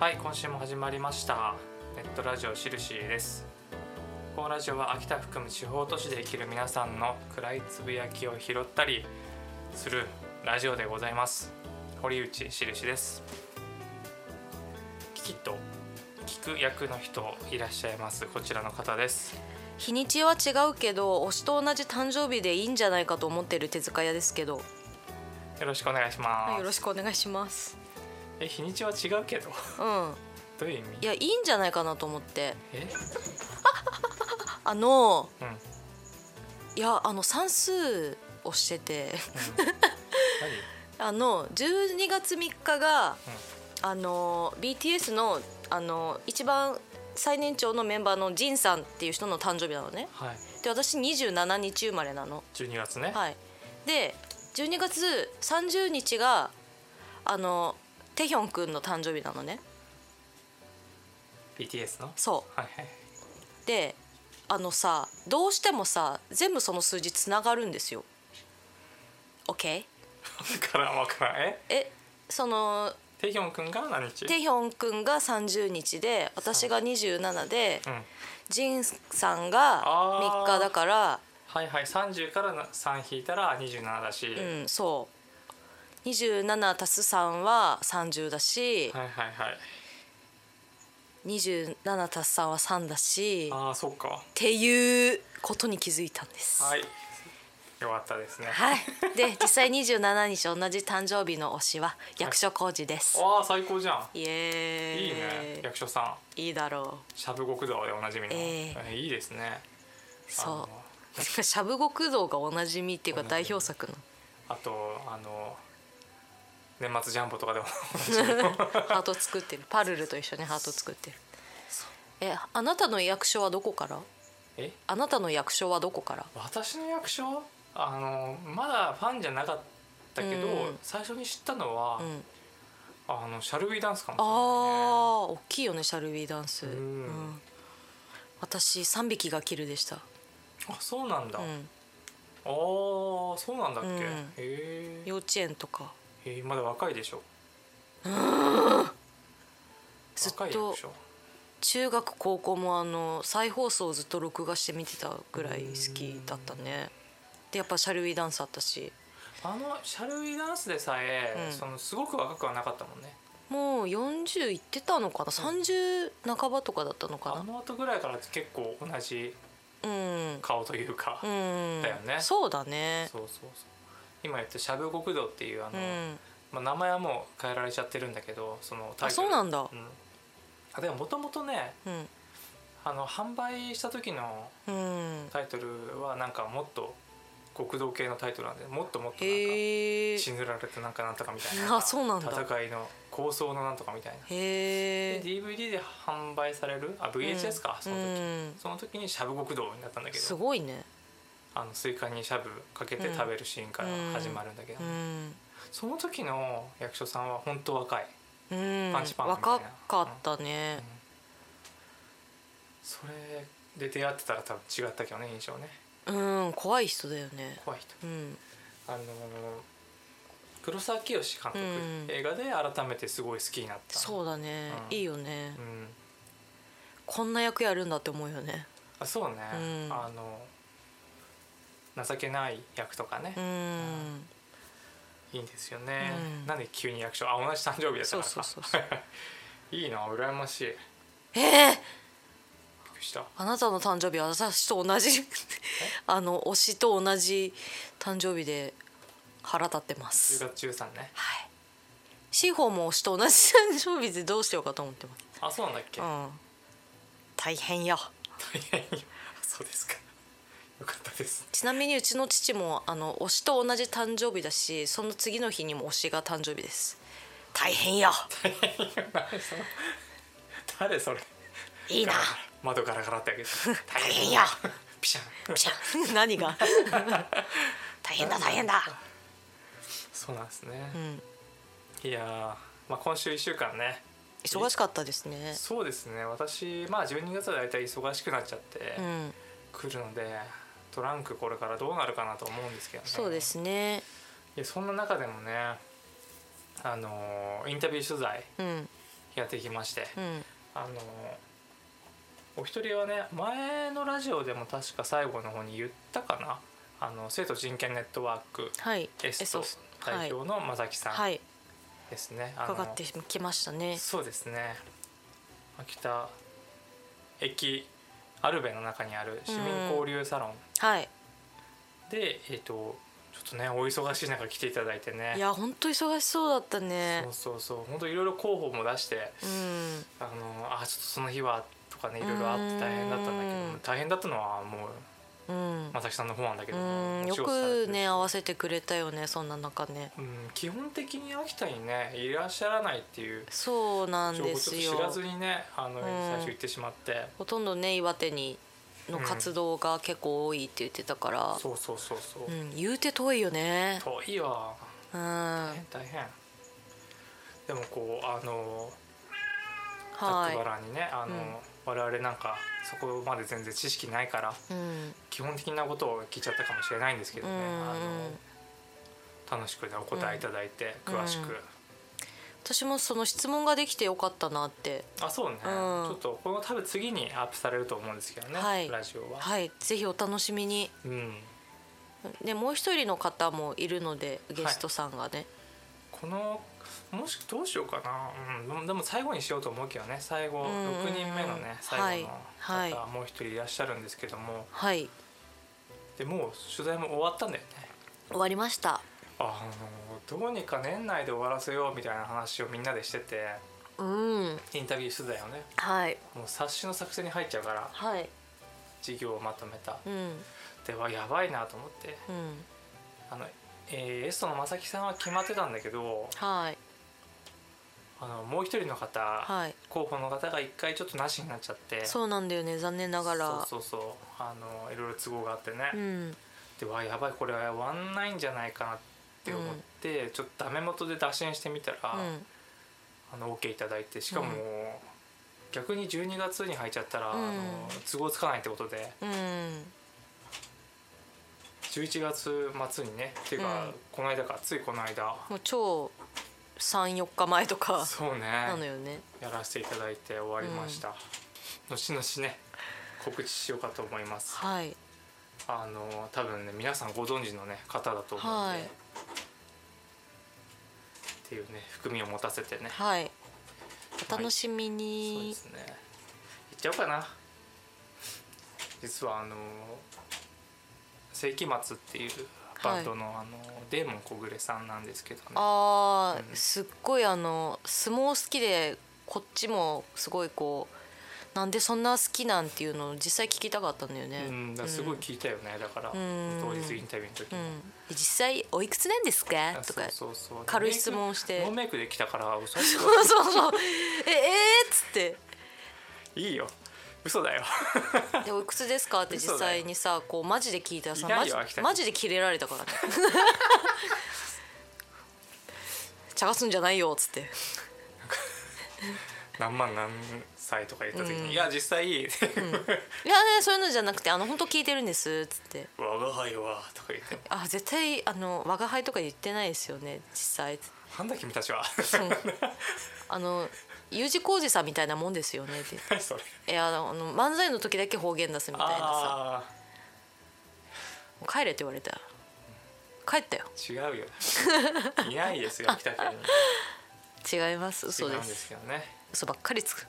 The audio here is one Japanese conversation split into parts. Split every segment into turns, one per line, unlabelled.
はい今週も始まりましたネットラジオしるしですこのラジオは秋田含む地方都市で生きる皆さんの暗いつぶやきを拾ったりするラジオでございます堀内しるしです聞きと聞く役の人いらっしゃいますこちらの方です
日にちは違うけど推しと同じ誕生日でいいんじゃないかと思ってる手塚屋ですけど、
よろしくお願いします、
はい、よろしくお願いします
え日にちは違うけど
うん
どういう意
い
味
やいいんじゃないかなと思って
え
あの
うん、うん、
いやあの算数をしてて
何
あの12月3日が
うん
あの BTS のあの一番最年長のメンバーのジンさんっていう人の誕生日なのね
はい
で私27日生まれなの
12月ね、
はい、で12月30日があのテヒョンくんの誕生日なのね
BTS の
そ
はいはいう
であのさどうしてもさ全部その数字つながるんですよ OK?
わからんわからんえ
えその
テヒョン君が何日
テヒョンくんが30日で私が27で
うん
ジンさんが
あー
3日だから
はいはい30から3引いたら27だし、
うんそう27足す3は30だし、
はいはいはい
27足す3は3だしっ
ああそっか
ていうことに気づいたんです。
はいよかったですね
はい、で実際27日同じ誕生日の推しは役所広司です。
わあ最高じゃ
イエ
ん
ーイ
いいね役所さん
いいだろ
しゃぶ極道でおなじみの、
え
えいいですね
う
あ
そ
の
うしゃぶ極道がおなじみっていうか
おなじ
代
み
表作の
あとあの年末ジャンボとかでも
ハート作ってるパルルと一緒にハート作ってるえあなたの役所はどこから
え
あなたの役所はどこから
私の役所あのまだファンじゃなかったけど、
うん
最初に知ったのは、
うん
あのシャルビーダンスかもし
あ
れないね
ー大きいよねシャルビーダンス、
うん
うん私3匹がキルでした、
あそうなんだ、
う
あ
ん、
あーそうなんだっけ、
うん
へえ
幼稚園とか
へえまだ若いでしょ
ずっ
若いで
と
しょ
中学高校もあの再放送をずっと録画して見てたぐらい好きだったねでやっぱシャルウィダンスあったし
あのシャルビーダンスでさえ、
うん
そのすごく若くはなかったもんね
もう40いってたのかな30半ばとかだったの
あ
か
の後ぐらいから結構同じ
なうん
顔というか、
うん
だよね
そうだね
そうそうそう今言ったシャブ極道っていうあ
う
の、
ん
まあ、名前はもう変えられちゃってるんだけどそのタイ
あ
トル
そうなんだ
うんあでももともとね
うん
あの販売した時の
うん
タイトルはなんかもっと極道系のタイトルなんでもっともっとなんか
へえ
死ぬられてなんかなんとかみたいな
あそうなんだ
戦いの構想のなんとかみたいなで
へえ
DVD で販売されるあ VHS か、その時、
うん
その時にしゃぶ極道になったんだけ
す
ど
ごいね
あのスイカにしゃぶかけて食べるシーンから始まるんだけど、
うん
その時の役所さんは本当若い
うん
パンチパンみたいな
若かったね、
それで出会ってたら多分違ったけどね印象ね
うん、怖い人だよね
怖い人
うん
あのー黒沢清監督、
うん
映画で改めてすごい好きになった
そうだね、
うん
いいよね、
うん
こんな役やるんだって思うよね
あそうね、
うん
あの情けない役とかね、
うん
いいんですよね、
うん
なんで急に役所あ同じ誕生日だったか
そう
ら
そうそう そう
いいな羨ましいびっ
ええ
くりした
あなたの誕生日は私と同じ あの推しと同じ誕生日で腹立ってま
10
す
月13ね
はいシーホーも推しと同じ誕生日でどうしようかと思ってます
あそうなんだっけ、
うん大変よ
大変よそうですかよかったです
ちなみにうちの父もあの推しと同じ誕生日だしその次の日にも推しが誕生日です大変よ
誰それ
い いな
窓ガラガラって開け て大
変や
ピシャン
じゃ あ何が大変だ大変だ
そうなんですね、
ん
いやーまあ、今週1週間ね
忙しかったですね
そうですね私まあ12月は大体忙しくなっちゃって
うん
くるので、トランクこれからどうなるかなと思うんですけどね
そうですね
いやそんな中でもねあのーインタビュー取材
うん
やってきまして、
うん
あのお一人はね前のラジオでも確か最後の方に言ったかなあの生徒人権ネットワーク
はい
エスト
スは
代
い、
表の正木さん
はい、
ですね。あの
伺ってきましたね
そうですね秋田駅アルベの中にある市民交流サロン
はい
で、えっ、とちょっとねお忙しい中来ていただいてね
いや本当忙しそうだったね
そうそうそう本当いろいろ候補も出して
うん
あのあちょっとその日はとかねいろいろあって大変だったんだけ
う
ど
ん
大変だったのはもう
うん
正木さんの方なんだけども
うん
お
よ
仕事されてる
くね合わせてくれたよねそんな中ね
うん、基本的に秋田にねいらっしゃらないっていう
そうなん
情報を
で
ち
す
ょっと知ら
よ
ずにねあの
ん
最初言ってしまって
ほとんどね岩手にの活動が結構多いって言ってたから、
そうそうそうそう
う、ん、言うて遠いよね
遠いよ
うんは
大変でもこうあの雑
い
原にね、あの、
うん
我々なんかそこまで全然知識ないから
うん
基本的なことを聞いちゃったかもしれないんですけどね、
うん
あの楽しくねお答えいただいて、
うん
詳しく、
うん私もその質問ができてよかったなって
あそうね、
うん
ちょっとこの多分次にアップされると思うんですけどね、
はい
ラジオは、
はいぜひお楽しみに
うん
でもう一人の方もいるのでゲストさんがね、
このもしどうしようかな、うんでも、でも最後にしようと思うけどね最後
うんうんうん
6人目のね最後の方、
はい
もう一人いらっしゃるんですけども
はい
でもう取材も終わったんだよね
終わりました
あのどうにか年内で終わらせようみたいな話をみんなでしてて
うん
インタビュー取材をね
はい
もう冊子の作成に入っちゃうから
はい
事業をまとめた
うん
ではやばいなと思って
うん
あの、えーエストの正木さんは決まってたんだけど
はい
あのもう一人の方、
はい
候補の方が一回ちょっとなしになっちゃって
そうなんだよね残念ながら
そうそうそうあのいろいろ都合があってね、
うん
でわやばいこれは終わんないんじゃないかなって思って、ちょっとダメ元で打診してみたら、
うん
あの OK いただいてしかも、
うん
逆に12月に入っちゃったら、
うん
あの都合つかないってことで
うん
11月末にねっていうか、
うん
この間かついこの間、
もう超34日前とか
そう
なの
ね
よね
やらせていただいて終わりました、後々ね告知しようかと思います
はい
あの多分ね皆さんご存知のね方だと思うんで、
はい
っていうね含みを持たせてね
はいお楽しみ
そうで
に
すね行っちゃおうかな実はあの世紀末っていうバンドの,、あのデーモン小暮さんなんですけどね
あー
うん
すっごいあの相撲好きでこっちもすごいこうなんでそんな好きなんていうのを実際聞きたかったんだよね。
うん、だからすごい聞いたよね、だから、
ん
当日インタビューの時
う
に、
ん実際おいくつなんですかとか
そうそうそう
軽い質問をして
ノーメイクで来たから 嘘
そうそうそうええー、っつって
いいよ嘘だよ
でおいくつですかって実際にさこうマジで聞いたらさ
いな
マ
い
ジ
よ秋田に
マジでキレられたからね 茶化すんじゃないよっつって
何万何歳とか言った時に、
うん
いや実際、
いやねそういうのじゃなくてあの本当聞いてるんですっつって
我が輩はとか言って
あ絶対あの我が輩とか言ってないですよね実際
なんだ君たちは
そうあの U 字工事さんみたいなもんですよねって
何 それ
えあのあの漫才の時だけ方言出すみたいなさ
あ
「もう帰れ」って言われた帰ったよ
ー違うよいないですよ北県に
違います
違
嘘
うん
で
ですすけどね
嘘ばっかりつく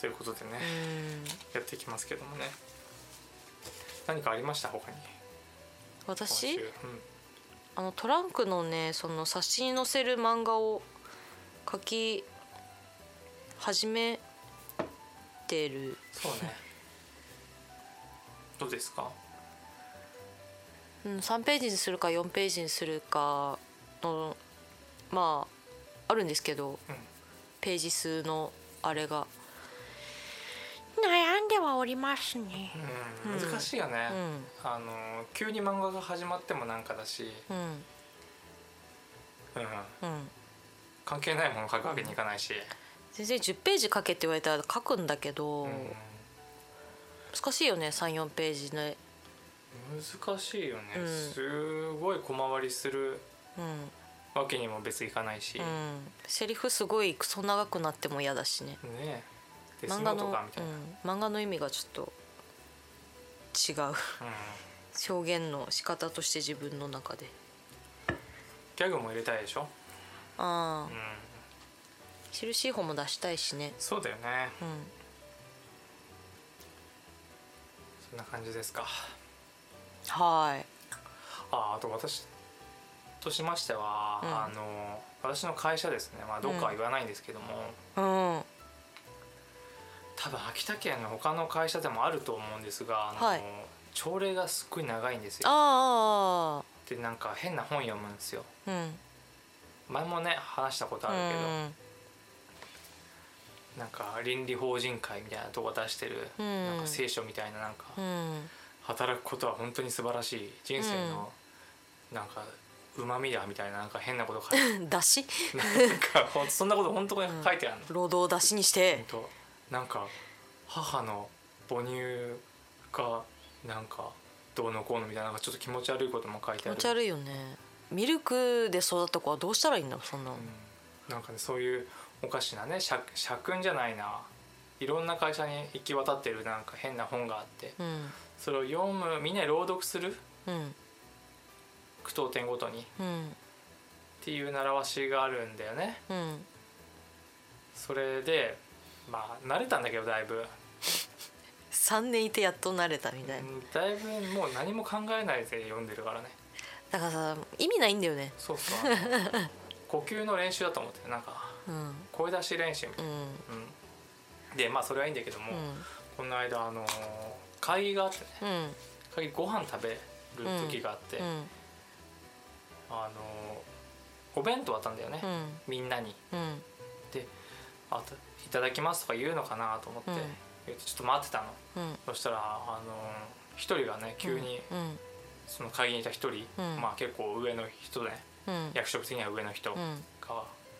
ということでね、
うん
やっていきますけどもね何かありました他に今
私
週うん
あのトランクのねその冊子に載せる漫画を書き始めてる
そう ねどうですか
うん、3ページにするか4ページにするかのまああるんですけど
うん
ページ数のあれが
悩んではおりますね。
うん難しいよね
う、ん
あの急に漫画が始まってもなんかだし、
うん
うん、
うん
関係ないもの書くわけにいかないし、
全然10ページ書けって言われたら書くんだけど、
うん
難しいよね34ページね
難しいよね、
うん
すごい小回りする
うん
わけにも別いかないし、
う
ね
ん、セリフすごいクソ長くなっても嫌だしね
えデス
漫
ノ
画
ート
の
かみたいな、うん
うん、漫画の意味がちょっと違う 表現の仕方として自分の中で
ギャグも入れたいでしょ、う
ああ
ん、
印本も出したいしね
そうだよね
うん
そんな感じですか
はい
ああと私としましては、
うん
あの私の会社ですね、まあ、どっかは言わないんですけども、
うん
多分秋田県の他の会社でもあると思うんですがあの、
はい
朝礼がすっごい長いんですよ
あ
でなんか変な本読むんですよ
あうん
前もね話したことあるけど、なんか倫理法人会みたいなとこ出してる、
うん
なんか聖書みたいななんか、
うん
働くことは本当に素晴らしい人生の、なんかうまみだみたいななんか変なこと書いて
うん出し
なんかほんそんなこと本当に書いてあるの、
労働を出しにし
ほん
て
となんか母の母乳がなんかどうのこうのみたいななんかちょっと気持ち悪いことも書い
気
てあ
持
る
ち悪いよねミルクで育った子はどうしたらいいんだろうそんなの
うんなんかねそういうおかしなね社社訓じゃないないろんな会社に行き渡ってるなんか変な本があって
うん
それを読むみんなで朗読する
うん
句読点ごとにっ
うん
ていう習わしがあるんだよね
うん
それでまあ慣れたんだけどだいぶ
3年いてやっと慣れたみたいな
うんだいぶもう何も考えないで読んでるからね
だからさ意味ないんだよね
そうそうあの呼吸の練習だと思ってなんか
うん
声出し練習みた
う
い
ん
な、うんでまあそれはいいんだけども、
うん
この間あのー会議があってね
うん
会議ご飯食べる時があって、
うん
あのーお弁当あったんだよね、
うん
みんなに
うん
あと「いただきます」とか言うのかなと思って、
うん
言ってちょっと待ってたの
うん
そしたらあのー一人がね急に
うん
その会議にいた一人、
うん
まあ結構上の人で、ね、
うん
役職的には上の人
う
が
ん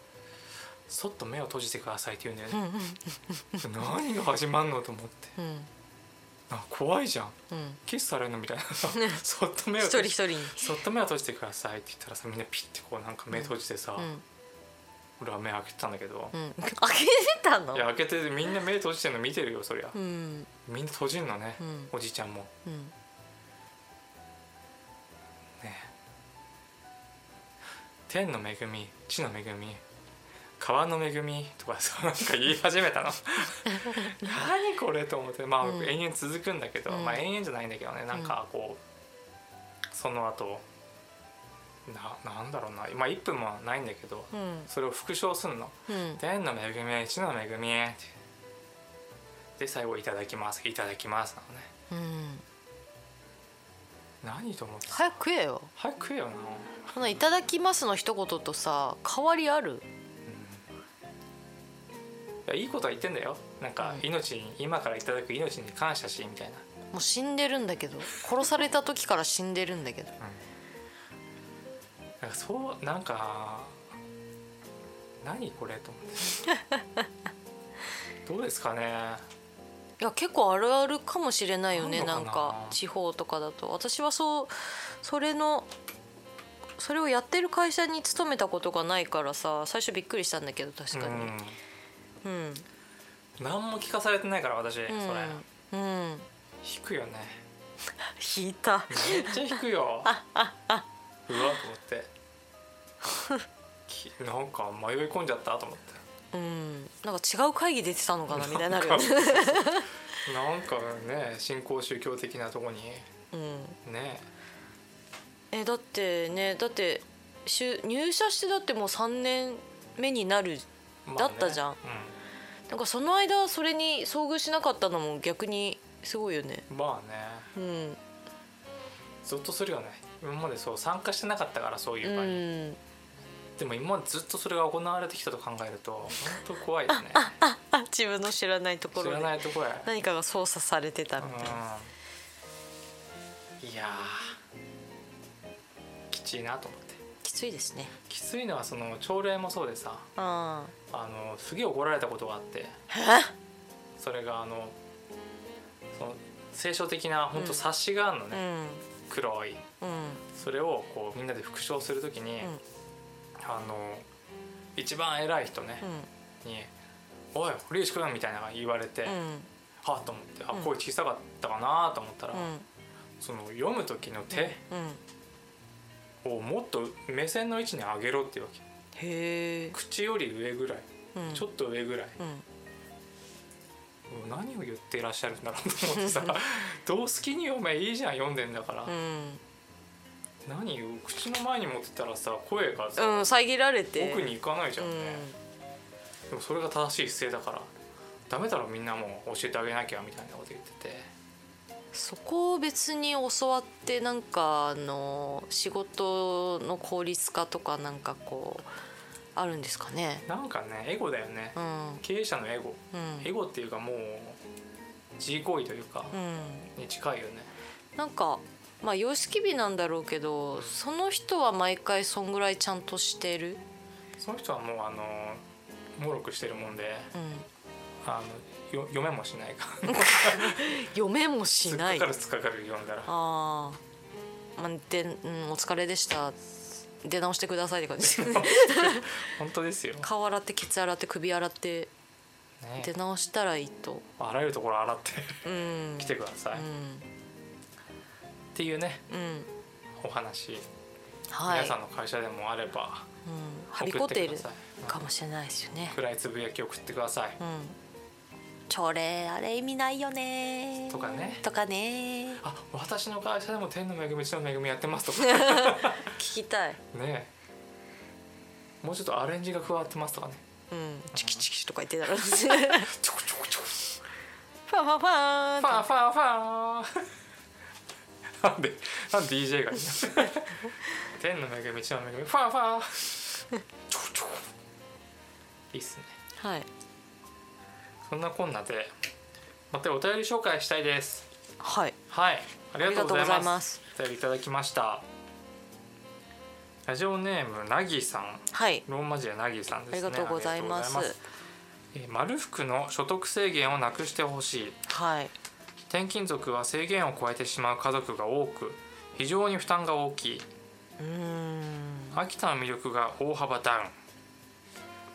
「そっと目を閉じてください」って言うんだよね
う。ん
何が始まんのと思って
うん
あ怖いじゃん
うん
キスされるの みたいなそっと目を
一人
閉
一
じ
人に
そっと目を閉じてくださいって言ったらさみんなピッてこうなんか目閉じてさ、
うん
俺は目開けてたんだけど、
うん開けてたの
いや開けてみんな目閉じてるの見てるよそりゃ、
うん
みんな閉じるのね、
うん
おじいちゃんも
うん
ね天の恵み地の恵み川の恵みとか さなんか言い始めた の何これと思ってまあ、
うん
延々続くんだけど、
うん
まあ延々じゃないんだけどねなんかこう、その後ななんだろうなまあ1分もないんだけど、
うん
それを復唱するの
う
「
ん
天の恵み地の恵み」ってで最後「いただきますいただきます」なのね
うん
何と思って
早く食えよ
早く食えよな
この「いただきます」の一言とさ変わりある
いやいいことは言ってんだよなんか
うん
命に、今からいただく命に感謝しみたいな、
もう死んでるんだけど殺された時から死んでるんだけど
なんかそうなんか何これと思 ってどうですかね
いや結構あるあるかもしれないよね
あ
なんん
のかな
か地方とかだと私はそうそれのそれをやってる会社に勤めたことがないからさ最初びっくりしたんだけど確かにうんうん
うん、何も聞かされてないから私、それ
うん
引くよね
引いた
めっちゃ引く ようわと思って きなんか迷い込んじゃったと思って
うんなんか違う会議出てたのかな みたいになるよね
なんかね新興宗教的なとこに
うん
ね
えだってねだってしゅ入社してだってもう3年目になる
まあね
だったじゃん
う
なんかその間それに遭遇しなかったのも逆にすごいよね
んまあね
うん
ずっとするよね今までそう参加してなかったからそういうう場に、
ん
でも今までずっとそれが行われてきたと考えると本当怖いよね
あ自分の知らないとこ
知
ろ
ら
で
ないとこや
何かが操作されてたみたいな
うんいやーきちいなと思って
きついですね
きついのはその朝礼もそうでさ
あ
あのすげえ怒られたことがあってそれがあのその聖書的な本当冊子があるの
あう
ね、
ん
黒い
うん
それをこうみんなで復唱するときに、
うん
あの一番偉い人ね、に「おい堀内くん」みたいなのが言われて、
うんうん
はあと思ってあ
うん
声小さかったかなと思ったら、
うん
その読む時の手
うん
をもっと目線の位置に上げろっていうわけ
へえ、
口より上ぐらい
うん、
ちょっと上ぐらい、
うん
もう何を言っていらっしゃるんだろうと思 ってさどう好きに読めいいじゃん読んでんだから、
うん
何を口の前に持ってたらさ声がさ、
うん、遮られて
奥に行かないじゃんね、でもそれが正しい姿勢だからダメだろみんなもう教えてあげなきゃみたいなこと言ってて
そこを別に教わってなんかあの仕事の効率化とかなんかこうあるんですかね
なんかねエゴだよね、
うんうん
経営者のエゴエゴっていうかもう自行為というか
うん
に近いよね
なんかまあ様式美なんだろうけどその人は毎回そんぐらいちゃんとしてる
その人はもうあのもろくしてるもんで
うん
あのよ読めもしないから
読めもしな
突っ
い
かかる突っかかる読んだら
ああまあで、うん、お疲れでした出直してくださいって 感じですね
本当ですよ、ね
顔洗ってケツ洗って首洗って出直したらいいと
あらゆるところ洗って
うん
来てください、
う
っ
ん
ていうね
うん
お話、
はい
皆さんの会社でもあれば
うん、は
送
びこっ
ってて
い
くだ
る
さい
かもしれないですよね
うん、暗いつぶやき送ってください
うん、朝礼あれ意味ないよね
とかね
とかね
あ私の会社でも天の恵み地の恵みやってますと か
聞きたい
ねもうちょっとアレンジが加わってますとかね
うんチキチキとか言って たらフ
ちょこちょこちょこ
ァンファンファン
ファーファーファー なんでなんで DJ がいいの 天の恵み地の恵みファーファー ちょこちょこいいっすね
はい
そんなこんなでまたお便り紹介したいです
はい
はいありがとうござい
あ
ま
りがとうござい
す
ます
お便りいただきましたラジオネームなぎさん
はい
ローマ字でなぎさんですね
ありがとうございます
ありがとうございますえー丸福の所得制限をなくしてほしい
はい
転勤族は制限を超えてしまう家族が多く非常に負担が大きいう
ーん
秋田の魅力が大幅ダウン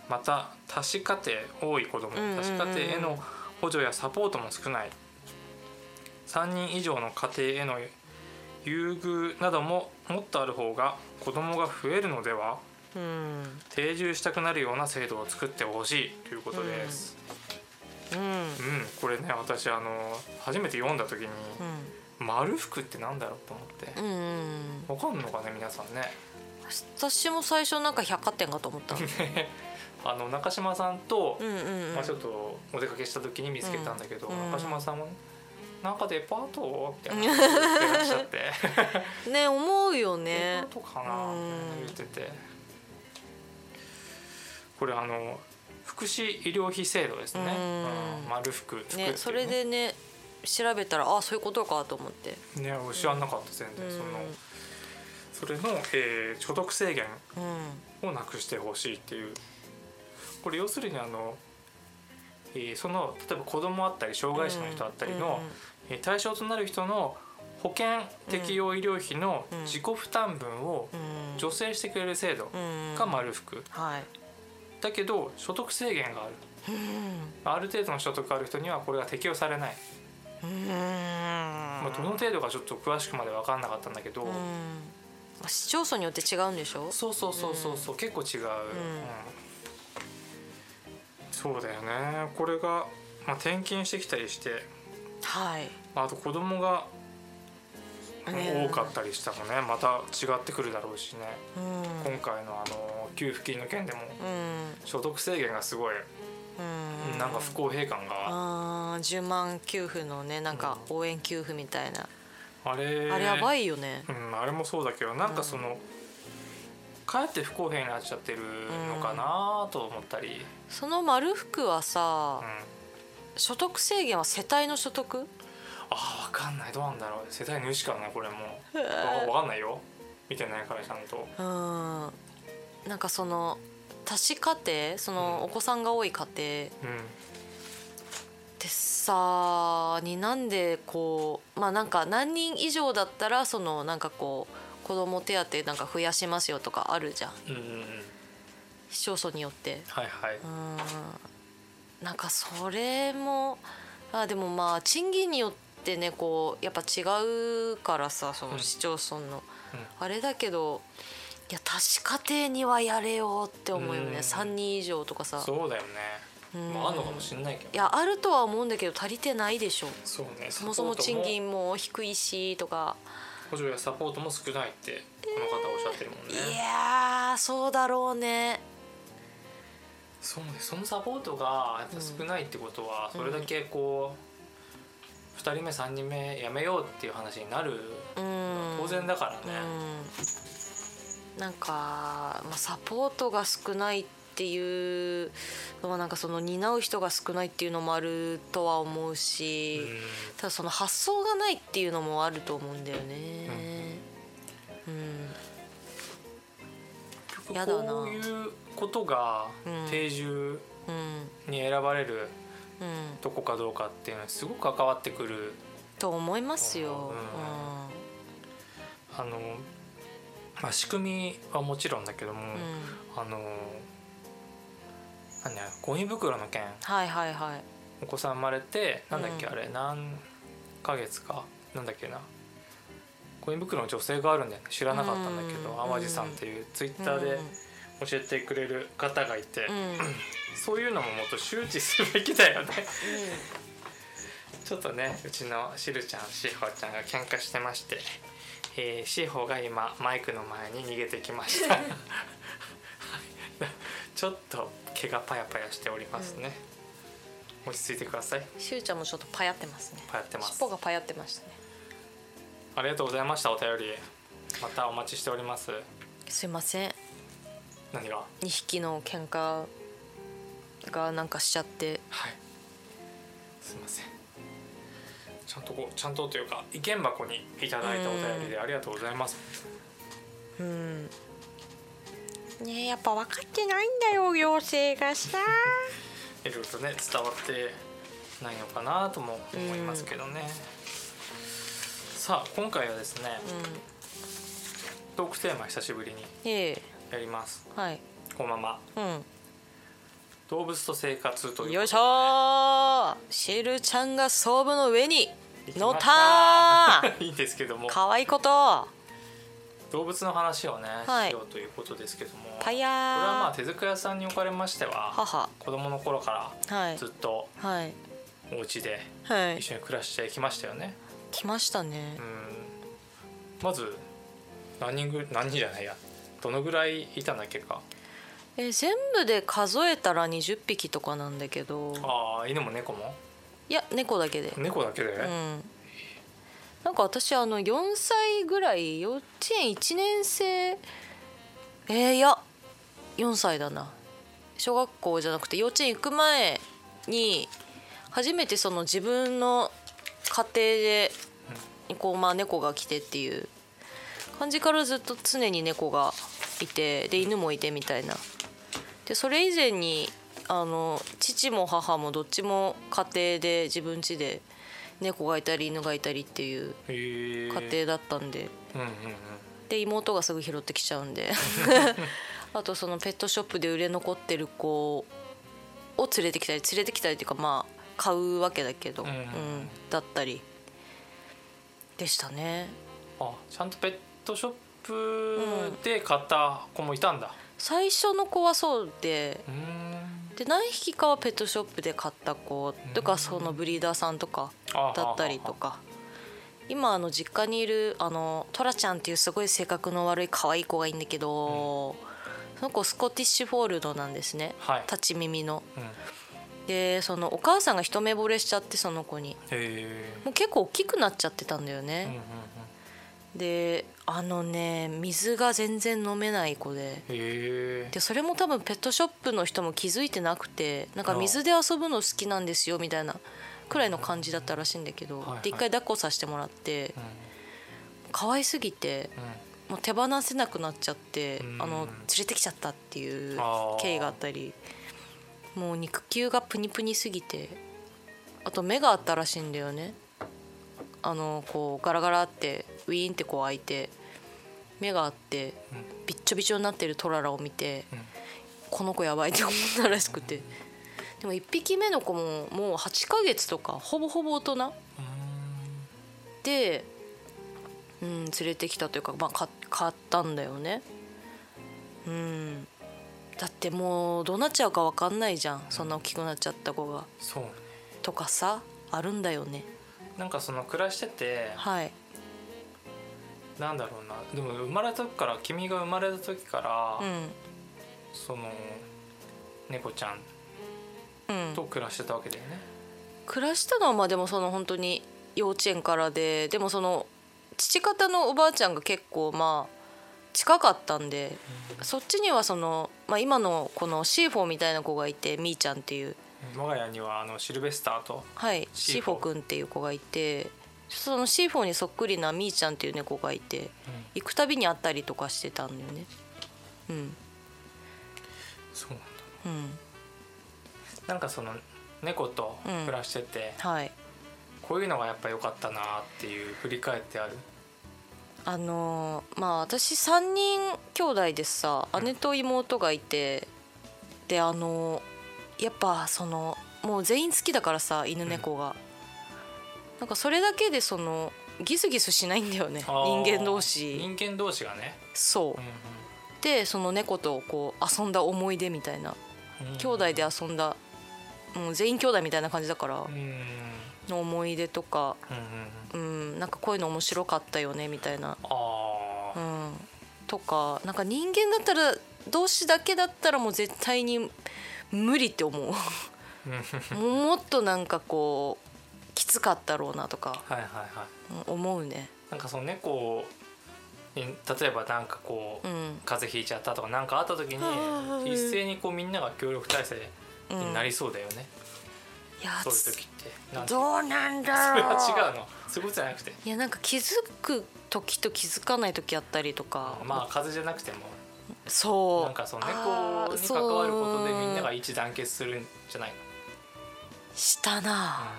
また多子家庭多い子供
うんうんうん
多子家庭への補助やサポートも少ない3人以上の家庭への優遇などももっとある方が子供が増えるのでは
うん
定住したくなるような制度を作ってほしいということです、
うん
うんこれね私あの初めて読んだ時に「丸服ってなんだろう?」と思って
うんうん
わかんのかね皆さんね
私も最初なんか百貨店かと思った
あの中島さんと、
うんうんうん
まあ、ちょっとお出かけした時に見つけたんだけど、
うん
中島さんも「なんかデパート?」みたいなこと言ってらっしゃって
ね思うよ
「 デ
ね
パートかな?」みたいな言っててこれあの福祉医療費制度ですね、
うん
うん丸福福っていう
ねそれでね調べたらあそういうことかと思って
ね俺知らなかった全然、
うん
そのそれの、えー所得制限
うん
をなくしてほしいっていうこれ要するにあの、えーその例えば子供あったり障害者の人あったりの、えー対象となる人の保険適用医療費の
うん
自己負担分を
うんうん
助成してくれる制度
うん
が丸福
はい
だけど所得制限があるある程度の所得がある人にはこれが適用されない、
うん
まあ、どの程度かちょっと詳しくまで分かんなかったんだけど、
うん市町村によって違うんでしょ
そうそうそうそうそう、結構違う、うんそうだよねこれが、まあ、転勤してきたりして、
はい
まあ、あと子供が
ね
多かったりしたもねまた違ってくるだろうしね
うん
今回のあの給付金の件でも
うん
所得制限がすごい、
うん
なんか不公平感が、
あー10万給付のねなんか応援給付みたいな
あれ
あれやば
い、
いよね
うん、あれもそうだけどなんかその、かえって不公平になっちゃってるのかなと思ったり、
その丸福は
うん、
さ
あ
所得制限は世帯の所得
あ分かんないどうなんだろう世帯主かなこれも 分かんないよ見てないからちゃんと
うんなんかその多子家庭そのお子さんが多い家庭
うん
ってさになんでこうまあなんか何人以上だったらそのなんかこう子供手当なんか増やしますよとかあるじゃん
うんうんうん
市町村によって
はいはいう
ーんなんかそれもあでもまあ賃金によってねこうやっぱ違うからさそ
うん
の市町村の、
う
あれだけどいや多子家庭にはやれよって思うよ
うん
ね3人以上とかさ
そうだよね、
うん
まああんのかもしれないけど
いやあるとは思うんだけど足りてないでしょ
そうね
そもそも
サポート
賃金も低いしとか、
補助やサポートも少ないってこの方おっしゃってるもんね、
いやーそうだろうね
そうねそのサポートがやっぱ少ないってことは、
うん
それだけこう2人目3人目やめようっていう話になる
うん
当然だからね、
うんなんか、まあ、サポートが少ないっていうのはなんかその担う人が少ないっていうのもあるとは思うし、
う
ただその発想がないっていうのもあると思うんだよね。うん
ん
やだな
こういうことが
うん
定住
うん
に選ばれる
うん、
とこかどうかっていうのにすごく関わってくる
と思います
う
よ。
あの、まあ、仕組みはもちろんだけども、
うんうん
あのなんだよゴミ袋の件
はいはいはい。
お子さん生まれてなんだっけ、
うん
あれ何ヶ月かなんだっけなコイン袋の女性があるんだよね知らなかったんだけど、
うん
淡路さんっていうツイッターで教えてくれる方がいて、
うんうん
そういうのももっと周知すべきだよね ちょっとねうちのしるちゃんしほちゃんが喧嘩してまして、えー、しほが今マイクの前に逃げてきました はいちょっと毛がパヤパヤしておりますね、落ち着いてください
しゅうちゃんもちょっとパヤってますね。
パヤってます
尻尾がパヤってましたね。
ありがとうございましたお便りまたお待ちしております
すいません。
何が
2匹の喧嘩がなんかしちゃって
はいすいませんちゃんとこうちゃんとというか意見箱にいただいたお便りでありがとうございます
うんねえやっぱ分かってないんだよ行政がさ
いろいろとね伝わってないのかなとも思いますけどねさあ今回はですね
うん
トークテーマ久しぶりに
ええ
やります
はい
このまま
う
動物と生活とい
ん
う
よいしょーシルちゃんが総部の上に
行き
乗
ま
っ
した
ー
いいんですけども
かわいいこと
動物の話をね、
はい
しようということですけども
パ
こ
ヤ
れはまあ
ー
手作り屋さんにおかれましては
母
子供の頃か
は
ら
い
ずっと
はい
お家で
はい
一緒に暮らしてきましたよね。
来ましたね
うんまず何人ぐ何人じゃないやどのぐらいいたんだっけか
え全部で数えたら20匹とかなんだけど
ああ犬も猫も
いや猫だけで
猫だけで、
うん、なんか私あの4歳ぐらい幼稚園1年生えー、いや4歳だな小学校じゃなくて幼稚園行く前に初めてその自分の家庭でこう、まあ、猫が来てっていう感じからずっと常に猫がいてで犬もいてみたいな。でそれ以前にあの父も母もどっちも家庭で自分家で猫がいたり犬がいたりっていう
へえ
家庭だったんで、
うんうんうん
で妹がすぐ拾ってきちゃうん であとそのペットショップで売れ残ってる子を連れてきたり連れてきたりっていうかまあ買うわけだけど、
うんうんうん
だったりでしたね
あちゃんとペットショップで買った子もいたんだ
最初の子はそうで
うーん
で何匹かはペットショップで買った子と
う
か
ん
そのブリーダーさんとか
あ
だったりとか今あの実家にいるあのトラちゃんっていうすごい性格の悪い可愛い子がいいんだけど、その子スコティッシュフォールドなんですね
はい
立ち耳の。
うんへ
でそのお母さんが一目惚れしちゃってその子に
え
もう結構大きくなっちゃってたんだよ
うんうんう
ね。
ん
であのね水が全然飲めない子で。
へえ
でそれも多分ペットショップの人も気づいてなくてなんか水で遊ぶの好きなんですよみたいなくらいの感じだったらしいんだけど、
はいはい
で一回抱っこさせてもらって可愛すぎて
うんうん
もう手放せなくなっちゃって、
うん
あの連れてきちゃったっていう
あー
経緯があったりもう肉球がプニプニすぎてあと目があったらしいんだよねあのこうガラガラってウィーンってこう開いて目があって
うん
びっちょびちょになってるトララを見て。
うん
この子やばいって思ったらしくてでも1匹目の子ももう8ヶ月とかほぼほぼ大人で、うん、連れてきたというか、まあ、か買ったんだよねうんだってもうどうなっちゃうか分かんないじゃんそんな大きくなっちゃった子が
そうね
とかさあるんだよね
なんかその暮らしてて
はい
なんだろうなでも生まれた時から君が生まれた時から、
うん
その猫ちゃん
うん
と暮らしてたわけだよね、
暮らしたのはまあでもその本当に幼稚園からででもその父方のおばあちゃんが結構まあ近かったんでそっちにはその、まあ、今のこのシーフォーみたいな子がいてみーちゃんっていう
我が家にはあのシルベスターと
はい
シ
シ
ー
ー
フ
フ
ォ
ォ
ー
ーくんっていう子がいてそのシーフォーにそっくりなみーちゃんっていう猫がいて行くたびに会ったりとかしてたんだよねうん
そうなんだ
うん
なんかその猫と暮らしてて、
はい
こういうのがやっぱ良かったなっていう振り返ってある
あのーまあ私3人兄弟でさ
うん
姉と妹がいてであのーやっぱそのもう全員好きだからさ犬猫が、なんかそれだけでそのギスギスしないんだよね
あー
人間同士
人間同士がね、
そううんでその猫とこう遊んだ思い出みたいな
うんうん
兄弟で遊んだ、もう全員兄弟みたいな感じだから
うんうんうん
の思い出とか
うん
うんなんかこういうの面白かったよねみたいな
あ
う
あ
ん、とかなんか人間だったら同士だけだったらもう絶対に無理って 思う
うんはい
もっとなんかこうきつかったろうなとか
はいは
うん思うね
いなんかその猫に例えばなんかこう、
うん
風邪ひいちゃったとかなんかあった時
あ
に
ー
一斉にこうみんなが協力体制になりそうだよね、
いや
そういう時ってなんて
どうなんだ
そ
ろ
れ
う
は 違うのそういうことじゃなくて
いやなんか気づく時と気づかない時あったりとか
まあ風邪じゃなくても
そう
なんかその
あ
猫
ー
に関わることで
そう
みんなが一致団結するんじゃないの
したな、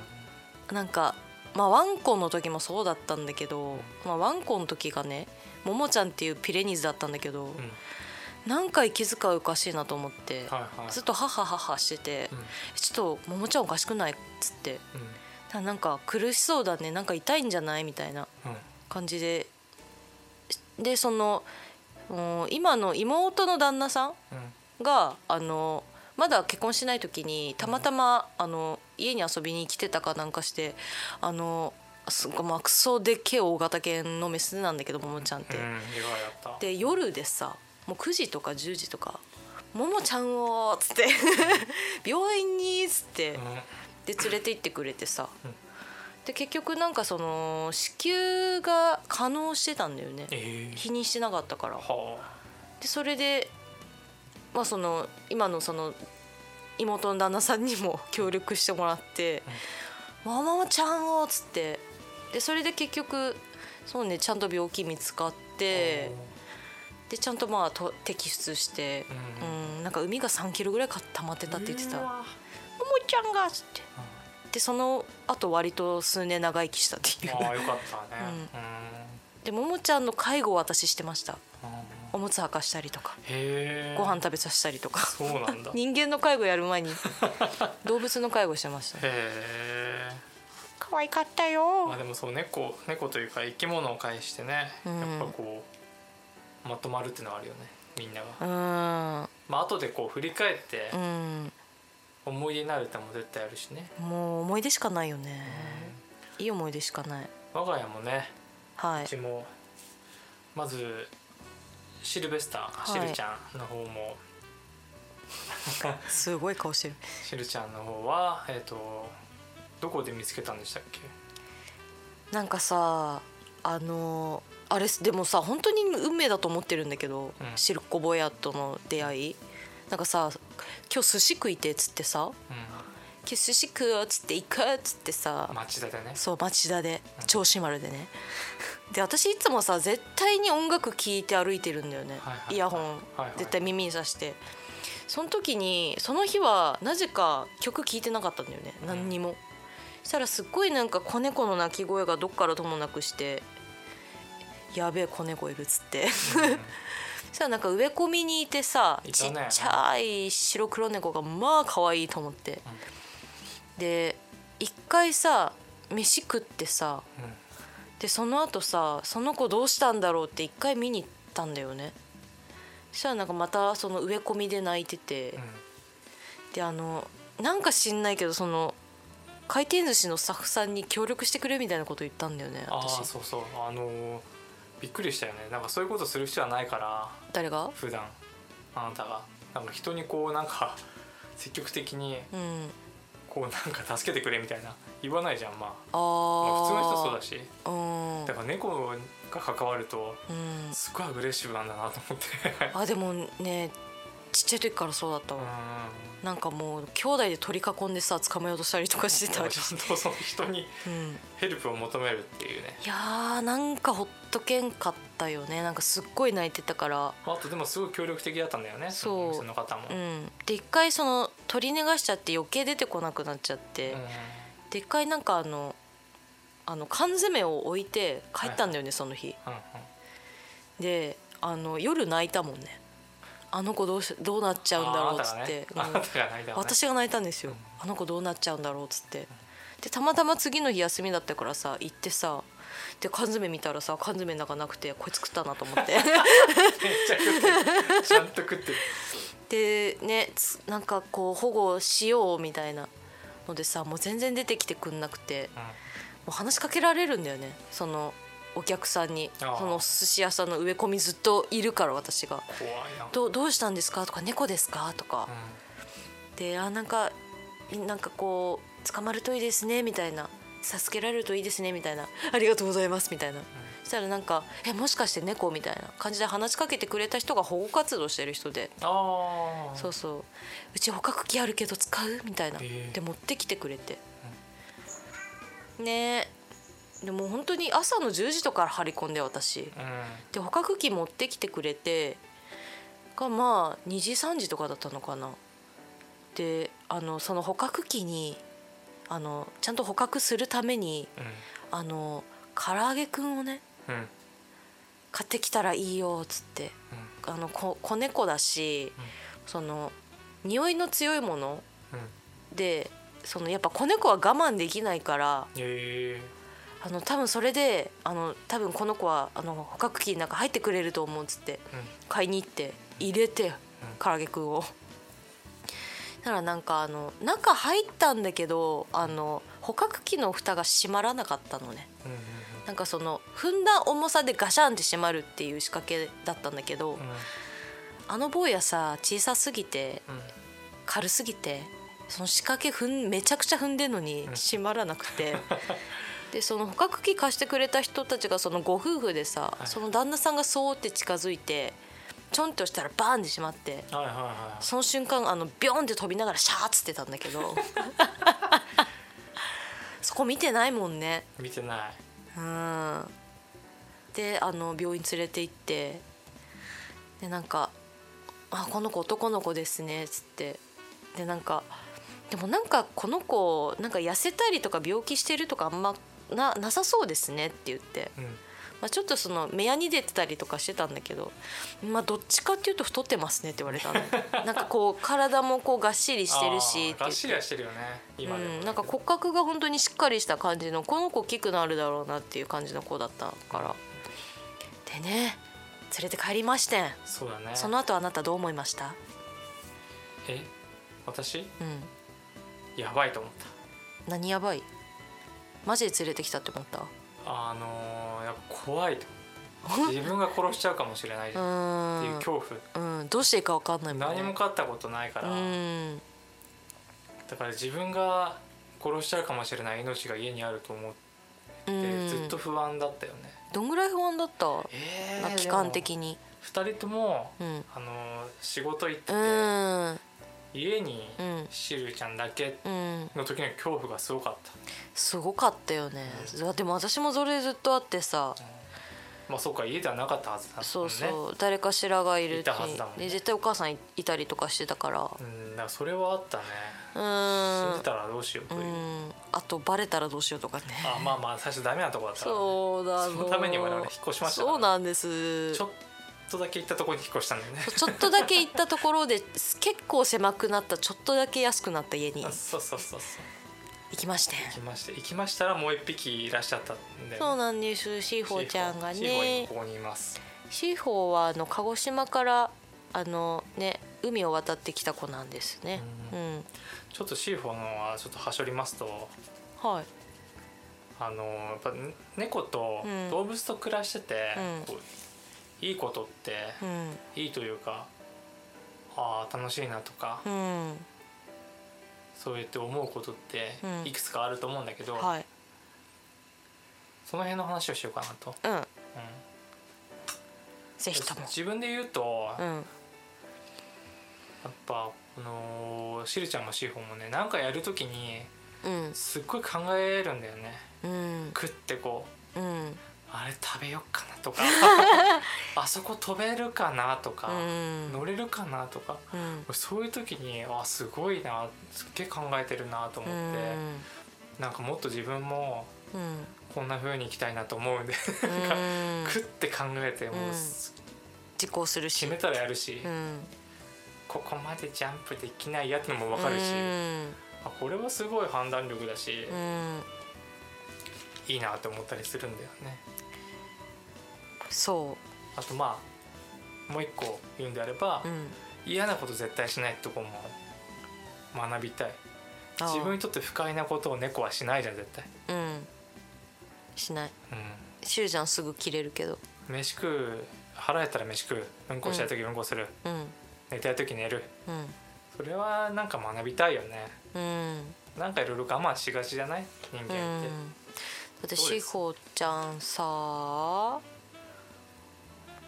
なんかまあワンコの時もそうだったんだけど、まあ、ワンコの時がねももちゃんっていうピレニーズだったんだけど、
うん、うん
何回気遣うおかしいなと思って、
はいはい
ずっと母母してて、
うん
ちょっとももちゃんおかしくないっつってただなんか苦しそうだねなんか痛いんじゃないみたいな
うん
感じででそのうん今の妹の旦那さん
うん
があのまだ結婚しない時にたまたまあの家に遊びに来てたかなんかしてあのすごいまあクソでっけえ大型犬のメスなんだけどももちゃんって。
うん意外だった
で夜でさもう9時とか10時とか「ももちゃんを」っつって 「病院に」っつって
うん
で連れて行ってくれてさ
うん
で結局なんかその子宮が可能してたんだよね
えー
否認してなかったから
はあ
でそれでまあその今のその妹の旦那さんにも 協力してもらって「ももちゃんを」っつってでそれで結局そうねちゃんと病気見つかって。でちゃんとまあと摘出して、
う
うんんなんか海が3キロぐらいか溜まってたって言ってた「ももちゃんが」っつってでその後割と数年長生きしたっていう
ああよかったね
でももちゃんの介護を私してました
うんうん
おむつ履かしたりとか
へえ
ご飯食べさせたりとか
そうなんだ へ
人間の介護やる前に動物の介護してました
え
可愛かった
まあ
よ
でもそう猫猫というか生き物を介してね
うん
やっぱこうまとまるっていうのはあるよねみんなが
うん
まあ後でこう振り返って
うん
思い出になるってのも絶対あるしね
もう思い出しかないよねいい思い出しかない
我が家もね
は
う
い
ちもまずシルベスター
い
シルちゃんの方も
すごい顔してる
シルちゃんの方はえっとどこで見つけたんでしたっけ
なんかさあのあれでもさ本当に運命だと思ってるんだけど、
うん
シルコボヤとの出会いなんかさ今日寿司食いてっつってさ
う
「今日寿司食うよ」っつって「行く」っつってさ、
ん町田で ね
そう町田で銚子丸でねで私いつもさ絶対に音楽聴いて歩いてるんだよね、
はいはい
イヤホン、
はいはい
絶対耳にさしてその時にその日はなぜか曲聴いてなかったんだよね何にも、したらすっごいなんか子猫の鳴き声がどっからともなくして「やべえ子猫いる」っつって
うん
さなんか植え込みにいてさ、
い
ち
た
っ
ね
ちゃい白黒猫がまあ可愛いと思って、で一回さ飯食ってさでその後さその子どうしたんだろうって一回見に行ったんだよねそしたらなんかまたその植え込みで泣いてて、
うん
であのなんか知んないけどその回転寿司のスタッフさんに協力してくれみたいなこと言ったんだよね
ああ
私
そうそうあのーびっくりしたよねなんかそういうことする人はないから
誰が
普段あなたがなんか人にこうなんか 積極的に
うん
こうなんか助けてくれみたいな言わないじゃんまあ、
あ
まあ
ー
普通の人そうだし
うん
だから猫が関わると
うん
すごいアグレッシブなんだなと思って
あでもねちっちゃい時からそうだった
う
わ、
ん
なんかもう兄弟で取り囲んでさ捕まえようとしたりとかして
ち
た
ゃ
わ
ん
け、
とその人に
うん、
ヘルプを求めるっていうね、
いやーなんかほっとけんかったよねなんかすっごい泣いてたから
まあ、あとでもすごい協力的だったんだよね
そう
のお店の方も、
うんで一回その取り逃がしちゃって余計出てこなくなっちゃって、
う
で一回なんかあのあの缶詰を置いて帰ったんだよね、その日
んうん
であの夜泣いたもんねあの子どうしどうなっちゃうんだろうっつって、
ああ
うん
なたがねあなたが泣いたのね
私が泣いたんですよあの子どうなっちゃうんだろうっつってでたまたま次の日休みだったからさ行ってさで缶詰見たらさ缶詰なんかなくてこいつ食ったなと思っ て
めっちゃ食ってるちゃんと食ってる
でねつなんかこう保護しようみたいなのでさもう全然出てきてくんなくて
うん
もう話しかけられるんだよねそのお客さんにそ
ああ
のお寿司屋さんの植え込みずっといるから私が
怖いな
「どうどうしたんですか?」とか「猫ですか?」とか
う、ん
であなんかなんかこう捕まるといいですねみたいな助けられるといいですねみたいなありがとうございますみたいな、そしたらなんかえもしかして猫みたいな感じで話しかけてくれた人が保護活動してる人で、
ああ
そうそううち捕獲器あるけど使うみたいな、
ええ
で持ってきてくれて、ねえでも本当に朝の10時とかから張り込んで私
うん
で捕獲器持ってきてくれてがまあ2時3時とかだったのかなであのその捕獲器にあのちゃんと捕獲するためにあの唐揚げくんをね
うんうん
買ってきたらいいよっつってあのこ子猫だし、その匂いの強いもの
うんうん
でそのやっぱ子猫は我慢できないから
ええ
あの多分それであの多分この子はあの捕獲器になんか入ってくれると思うっつって
うん
買いに行って入れて唐揚げくん を。だからなんかあの中入ったんだけどあの捕獲器の蓋が閉まらなかったのね
うん
なんかその踏んだ重さでガシャンって閉まるっていう仕掛けだったんだけど、
うんうん
あの坊やさ小さすぎて
うん
軽すぎてその仕掛け踏んめちゃくちゃ踏んでんのに
うん
閉まらなく てでその捕獲器貸してくれた人たちがそのご夫婦でさ、
はい
その旦那さんがそうって近づいてちょんとしたらバーンって閉まって
はいはいはい
その瞬間あのビョンって飛びながらシャーっつってたんだけどそこ見てないもんね。
見てない
うん、であの病院連れて行ってでなんか「あこの子男の子ですね」っつってでなんかでもなんかこの子なんか痩せたりとか病気してるとかあんまななさそうですねって言って、
うん
まあ、ちょっとその目やに出てたりとかしてたんだけど、まあ、どっちかっていうと太ってますねって言わ れたのなんかこう体もこうがっしりしてるし
あーがっしりはしてるよね今でもね
うん、なんか骨格が本当にしっかりした感じのこの子大きくなるだろうなっていう感じの子だったからでね連れて帰りましてん
そうだね
その後あなたどう思いました
え私
うん
やばいと思っ
何やばいマジで連れてきたって思った
たあのーやっぱ怖 いと自分が殺しちゃうかもしれないじ
う
ゃんっていう
ー
恐怖
ん、うん、どうしていいか分かんないもんね
何も勝ったことないから
うん
だから自分が殺しちゃうかもしれない命が家にあると思っ
う
て
ん
ずっと不安だったよね、
どんぐらい不安だった、
え
まあ期間的に
2人とも、
うん
あの仕事行ってて、
うん
家に
うん
シルちゃんだけ
うん
の時の恐怖がすごかった、
すごかったよねでも私もそれずっとあってさ
まあそうか家ではなかったはずだった
そ
もん
う
ね
そう、誰かしらがいる
いたはずだもんね
で絶対お母さんいいたりとかしてたからう
うん、だからそれはあったね
ー
死ん
ん
でたらどうしようと
う
いう、
んあとバレたらどうしようとかね
あまあまあ最初ダメなとこだったからね、
そうだ
そのために我々引っ越しましたから
そうなんです
ちょっとだけ行ったところに引っ越したんだよね
ちょっとだけ行ったところで結構狭くなったちょっとだけ安くなった家に
あ
行
そうそうそうそう
きまして
行きまして行きましたらもう一匹いらっしゃったんで
そうなんですシーホーちゃんが
シーホー
ね
今ここにいます
シーホーはあの鹿児島からあのね海を渡ってきた子なんですね
う
うん、
ちょっとシーホーのはちょっとはしょりますと
はい
あのやっぱね猫と
うん
動物と暮らしてて、
うん
こういいことって、
うん
いいというかああ楽しいなとか、
うん
そうやって思うことって
うん
いくつかあると思うんだけど、
はい
その辺の話をしようかなと、
うん
うん
ぜひとも
自分で言うと、
う
やっ
ん
ぱこのしるちゃんもシーホンもねなんかやるときに
うん
すっごい考えるんだよね
うん
食ってこう
うん
あれ食べよっかなと かあそこ飛べるかなとか
う、ん
乗れるかなとか
うん
そういう時にあすごいなすっげえ考えてるなと思
う
って、
ん
なんかもっと自分も
うん
こんな風にいきたいなと思うんで、
うん
食って考えてもう、
うん実行するし
決めたらやるし、
うん
ここまでジャンプできないやってのも分かるし、
うん
あこれはすごい判断力だし、
うん
いいなって思ったりするんだよね。
そ
あとまあもう一個言うんであれば、
ううん
嫌なこと絶対しないってとこも学びたい
あー
自分にとって不快なことを猫はしないじゃん絶対、
うんしないしゅうちゃんすぐ切れるけど
うん、飯食う腹減ったら飯食ううんこしたい時うんこする、
うん
寝たい時寝る
うん
それはなんか学びたいよね
うん
なんかいろいろ我慢しがちじゃない人間っ
う
て、
んだって
そう
し
です
ほちゃんさ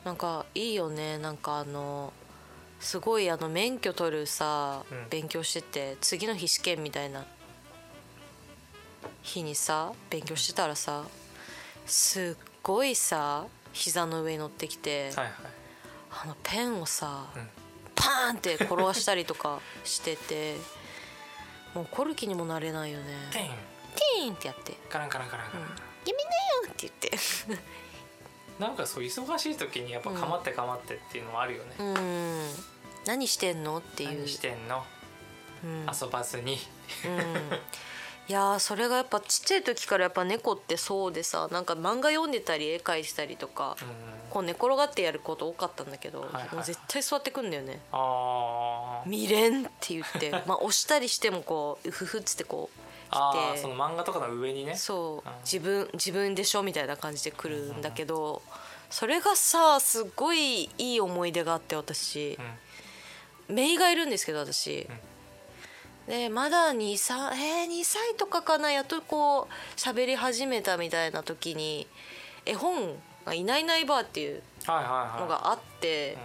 なんかいいよねなんかあのすごいあの免許取るさ、
うん
勉強してて次の日試験みたいな日にさ勉強してたらさすっごいさ膝の上に乗ってきて、
はいはい
あのペンをさ、
うん
パーンって転がしたりとか しててもう怒る気にもなれないよね
「テン
ティーンってやって「
カランカランカランカラン」
やめなよ!」って言って
なんかそう忙しい時にやっぱかまってかまってっていうのもあるよね、
うん何してんのっていう
何してんの
うん
遊ばずに、
うんいやーそれがやっぱちっちゃい時からやっぱ猫ってそうでさなんか漫画読んでたり絵描いてたりとか、
うん
こう寝転がってやること多かったんだけど、
いはいはい
もう絶対座ってくんだよね
あ
「未練」って 言って、まあ、押したりしてもこう「うふふ」っつってこう
ーあ
来
ー
て
その漫画とかの上にね
そう
うん
自分自分でしょみたいな感じで来るんだけど、それがさすごいいい思い出があって私
うん、
姪、がいるんですけど私、でまだ2歳えー、2歳とかかなやっとこう喋り始めたみたいな時に絵本が「いないいないばー」っていう
はいはいはい
のがあって、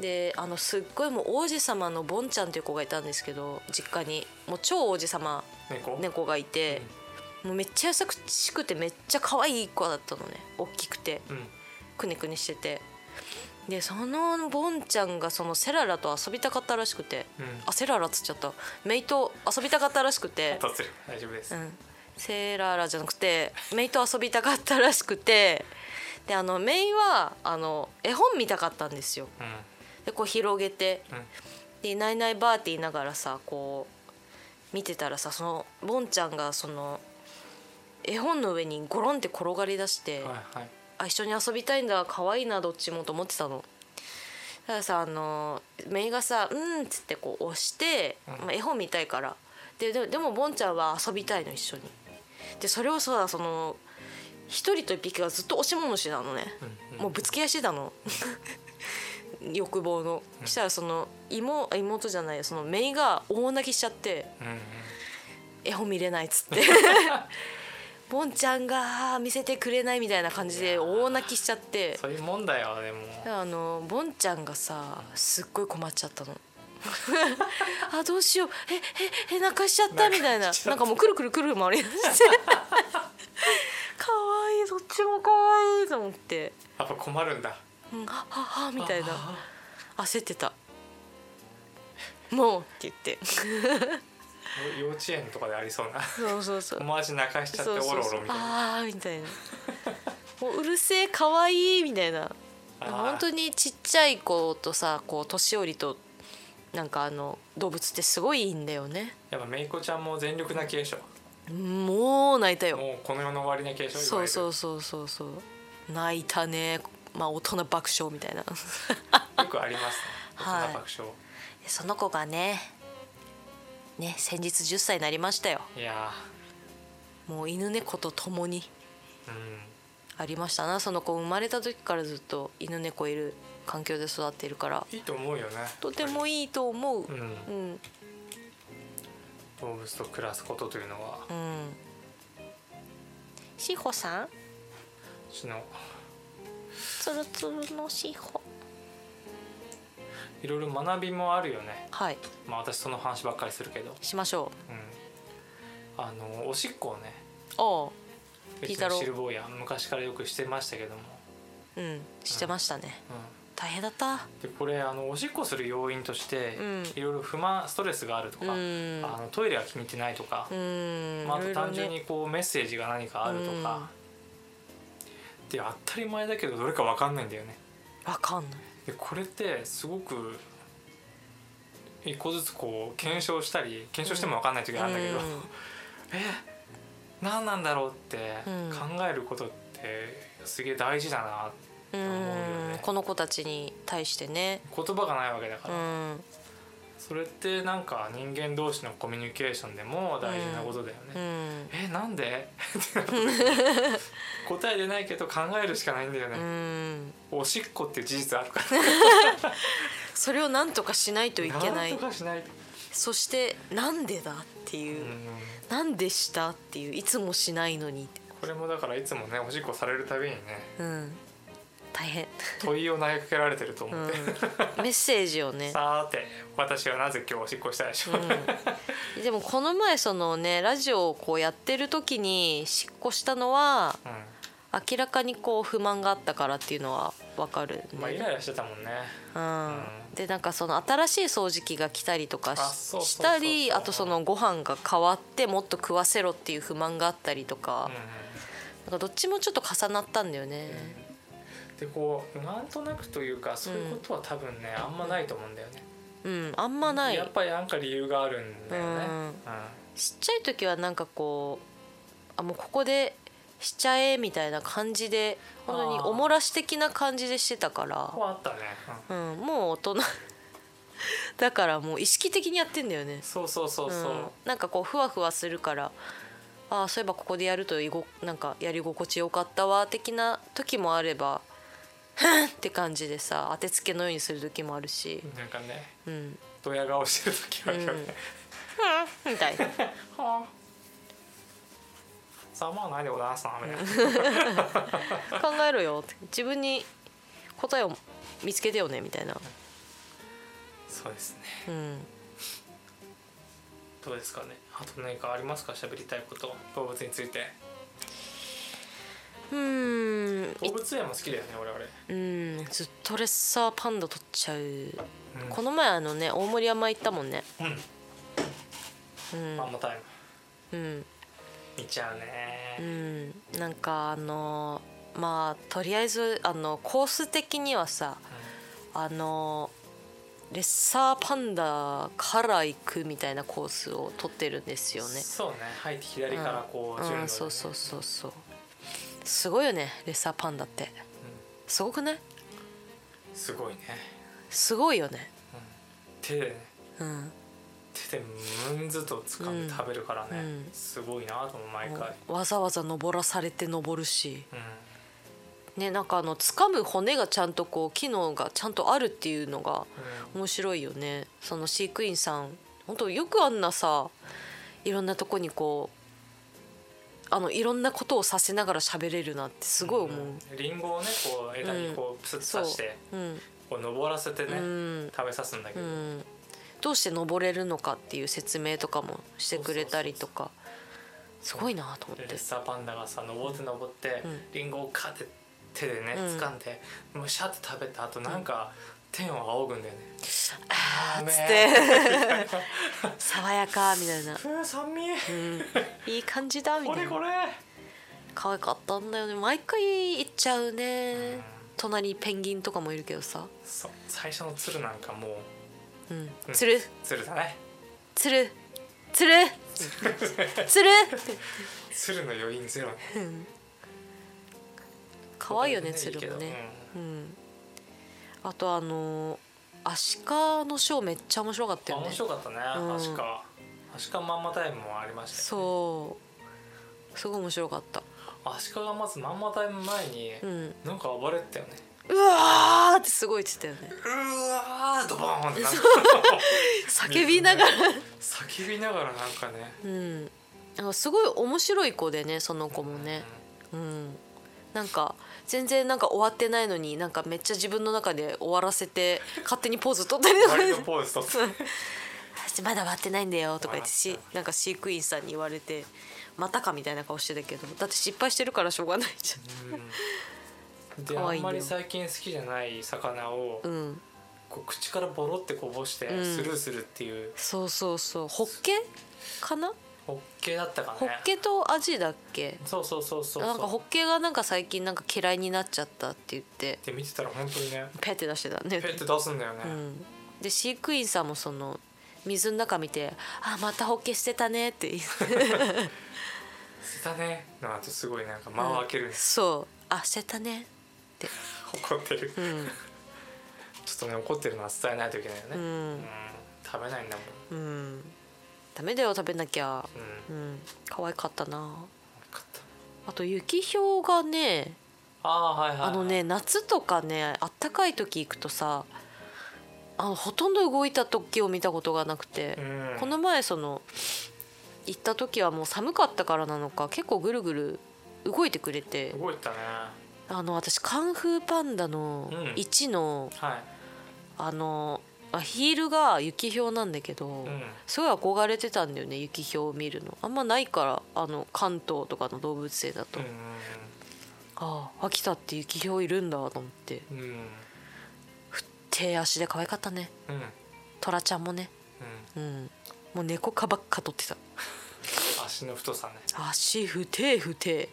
う
であのすっごいもう王子様のボンちゃんっていう子がいたんですけど実家にもう超王子様
ん猫
猫がいて、もうめっちゃ優しくてめっちゃ可愛い子だったのね大きくて
うん
くねくねしててでそのボンちゃんがそのセララと遊びたかったらしくて、
うん
あセララっつっちゃったメイと遊びたかったらしくて、
どうする大丈夫です、
う
うん
ん、セララじゃなくてメイと遊びたかったらしくてであのメイはあの絵本見たかったんですよ。でこう広げて
うん
でいないいないばーって言いながらさこう見てたらさそのボンちゃんがその絵本の上にゴロンって転がり出して、
はいはい
あ一緒に遊びたいんだ可愛いなどっちもと思ってたの。たださあのメイがさ「うん」っつってこう押して、
うん
まあ、絵本見たいからでででもボンちゃんは遊びたいの一緒に。でそれをさその一人と一匹がずっと押し物してたのね。
うんうん
もうぶつけ合いして たの欲望の
うん
したらその妹あ妹じゃないその姪が大泣きしちゃって
うんうん
絵本見れないっつって ボンちゃんが見せてくれないみたいな感じで大泣きしちゃって
そういうもんだよでも
だからあのボンちゃんがさすっごい困っちゃった のあどうしようえええ泣かしちゃったみたいな
泣かしちゃった
なんかもうくるくるくる回りだしてかわいいどっちもかわいいと思って、
やっぱ困るんだ
うん、はあはあみたいな。
あ
焦ってた「もう」って言って
ー幼稚園とかでありそうな
そうそうそう
友達泣かしちゃって
そう
オ
そう
ロオ
そ
ロ
う
みたいな
ああみたいなもううるせえかわいいみたいな
あー
本当にちっちゃい子とさこう年寄りとなんかあの動物ってすごいいいんだよね
やっぱめいこちゃんも全力な継承
もう泣いたよ
もうこの世の終わりな継承
そうそううそうそうそう泣いたねまあ大人爆笑みたいな
よくありますね
はい
大人爆笑、
その子がねね先日10歳になりましたよ
い、や
もう犬猫と共に
ーうん
ありましたなその子生まれた時からずっと犬猫いる環境で育っているから
いいと思うよね
とても
いい、
いいと思う
う
うん
ん、
うん、
動物と暮らすことというのは
しほさん
うちの
つるつるのしほ
いろいろ学びもあるよね
はい
まあ私その話ばっかりするけど
しましょ
うんあのおしっこをね
うおう
うち
ピータ
の
ロー
汁坊や昔からよくしてましたけども、
うんしてましたね
う
大変だった
ん、でこれあのおしっこする要因として、
うん
いろいろ不満ストレスがあると
う
か、
ん
あのトイレが気に入ってないとか、
うん
まあ、あと
いろいろね
単純にこうメッセージが何かあるとか、で当たり前だけどどれか分かんないんだよね
わかんない
でこれってすごく一個ずつこう検証したり検証しても分かんない時あるんだけど、
うん
え何なんだろうって
うん
考えることってすげえ大事だな
う
思うよ
ん
ね
この子たちに対してね
言葉がないわけだか
う
ら、
ん
それってなんか人間同士のコミュニケーションでも大事なことだよね、
うん
えなんで ってなった時に答え出ないけど考えるしかないんだよ
う
ね、
ん
おしっこっていう事実あるから
それをなんとかしないといけなんい
とかしないと、
そしてなんでだっていうう、
ん
なんでしたっていういつもしないのに
これもだからいつもねおしっこされるたびにね
うん 大変、
問いを投げかけられてると
う
思
ん
って、
メッセージをね、
さーて私はなぜ今日おしっこしたでしょう、
うん、でもこの前そのねラジオをこうやってる時にしっこしたのは
う
明らかにこう不満があったからっていうのはわかる
ん、まあイ
ね、
ライラしてたもんね
うん、でなんかその新しい掃除機が来たりとかし
あそうそうそうそう
したりあとそのご飯が変わってもっと食わせろっていう不満があったりと
う,、
か
ん、
なんかどっちもちょっと重なったんだよね。
でこうなんとなくというかそういうことは多分ね、あんまないと思うんだよね
うん、あんまない
やっぱりなんか理由があるんだよね、
うん
うん
ちっちゃい時はなんかこうあもうここでしちゃえみたいな感じで本当に
あー
おもらし的な感じでしてたから
ここ、はあったね、うん
うん、もう大人 だからもう意識的にやってんだよね
そうそうそうそう、
ん、なんかこうふわふわするからああそういえばここでやるといごなんかやり心地よかったわ的な時もあればって感じでさ当てつけのようにする時もあるし、
なんかね
うん、
ドヤ顔してる時はよね、
みたいな。
はあさあまあないでございますなみたいな
考えろよって自分に答えを見つけてよねみたいな、
そうですね
うん、
どうですかねあと何かありますか喋りたいこと動物について
うーん
動物園も好きだよね我々
うんずっとレッサーパンダ取っちゃう、
うん
この前あのね大森山行ったもんね
マンモタイム
うん
見ちゃう
う
ね
んなんかあのーまあとりあえずあのコース的にはさあのーレッサーパンダから行くみたいなコースを取ってるんですよね
そうね入って左からこう
う
順
ん
路
う
に
ん、
ね
そうそうそうそうすごいよねレッサーパンダってすごくない
すごいね
すごいよね
手でね
うん
手でムンズと掴んで食べるからね、
うん
すごいなと思う毎回
わざわざ登らされて登るし
うん
ねなんかあの掴む骨がちゃんとこう機能がちゃんとあるっていうのが
うん
面白いよねその飼育員さん本当よくあんなさいろんなとこにこうあのいろんなことをさせながら喋れるなってすごい思う、
んリンゴをねこう枝にこうプスッと刺して、
うん
こう登らせてね、
うん
食べさすんだけ
う
ど、
ん、どうして登れるのかっていう説明とかもしてくれたりとかすごいなと思っ
で
て
レッサーパンダがさ登って登って、
うん
リンゴをカって手でね
うん
掴んでむしゃって食べた後なんか、天を仰ぐんだよね。ダ
あーっ
メ
つって爽やかみたいな、
ふう酸味。
うん、いい感じだみ
こ
た
れ
い
こ
な
れ。
可愛かったんだよね毎回行っちゃうね、
うん
隣ペンギンとかもいるけどさ、
そう最初の鶴なんかもう
うん
う、ん
つる
鶴だね
つる つるつるって
鶴の余韻ゼロ
うん可愛いよね
ここ
鶴
で
も
いいけど
ね、うん、あとあのアシカのショーめっちゃ面白かった
うん
よ
あ面
ね
白かったね
うん
確か確かまんまタイムもありましたよね
そうすごい面白かった
アシカがまずまんまタイム前に、
うん
なんか暴れてたよね
うわーってすごいって言ってたよね
うわードボーンってなんか
叫びながら、
叫びながらなんかね
うん、なんかすごい面白い子でねその子もね、うん、なんか全然なんか終わってないのになんかめっちゃ自分の中で終わらせて勝手にポーズ取ったり
う
と
ん
か
割と ポーズ取って
「まだ終わってないんだよ」とか言ってしなんか飼育員さんに言われて「またか」みたいな顔してたけどだって失敗してるからしょうがないじ
うんで
可
あ
愛い
ん
ん
ま
だよ
り最近好きじゃない魚を、
ゃん。うん
こう口からボロってこぼして
ん
スルーするっていう、
そうそうそうホッケかな
ホッケだったかね
ホッケとアジだっけ
そうそうそうそう
なんかホッケがなんか最近なんか嫌いになっちゃったって言って
で見てたら本当にね
ペって出してたね
ペって出すんだよね、
うん、で飼育員さんもその水の中見て「あまたホッケ捨てたね」って言っ
捨
て
てたねのあとすごいなんか間を開けるんです、
そう「あ捨てたね」って
怒ってる、
う
ちょっ
ん
とね怒ってるのは伝えないといけないよね、
う
うん
ん
食べないんだも
うんダメだよ食べなきゃ
んうん
うん可愛かったな
分かった
あと雪氷がね
あーはいはいはい
あのね夏とかねあったかい時行くとさあのほとんど動いた時を見たことがなくて、
うん
この前その行った時はもう寒かったからなのか結構ぐるぐる動いてくれて
動いたね
あの私カンフーパンダの
うん
1の、
はい
あのあヒールが雪ひょうなんだけど、
うん
すごい憧れてたんだよね雪ひょうを見るのあんまないからあの関東とかの動物園だと、ああ秋田って雪ひょういるんだと思って
うんうん
手足で可愛かったね
うんうん
トラちゃんもねうんもう猫かばっか取ってた
足の太さね
足不定不定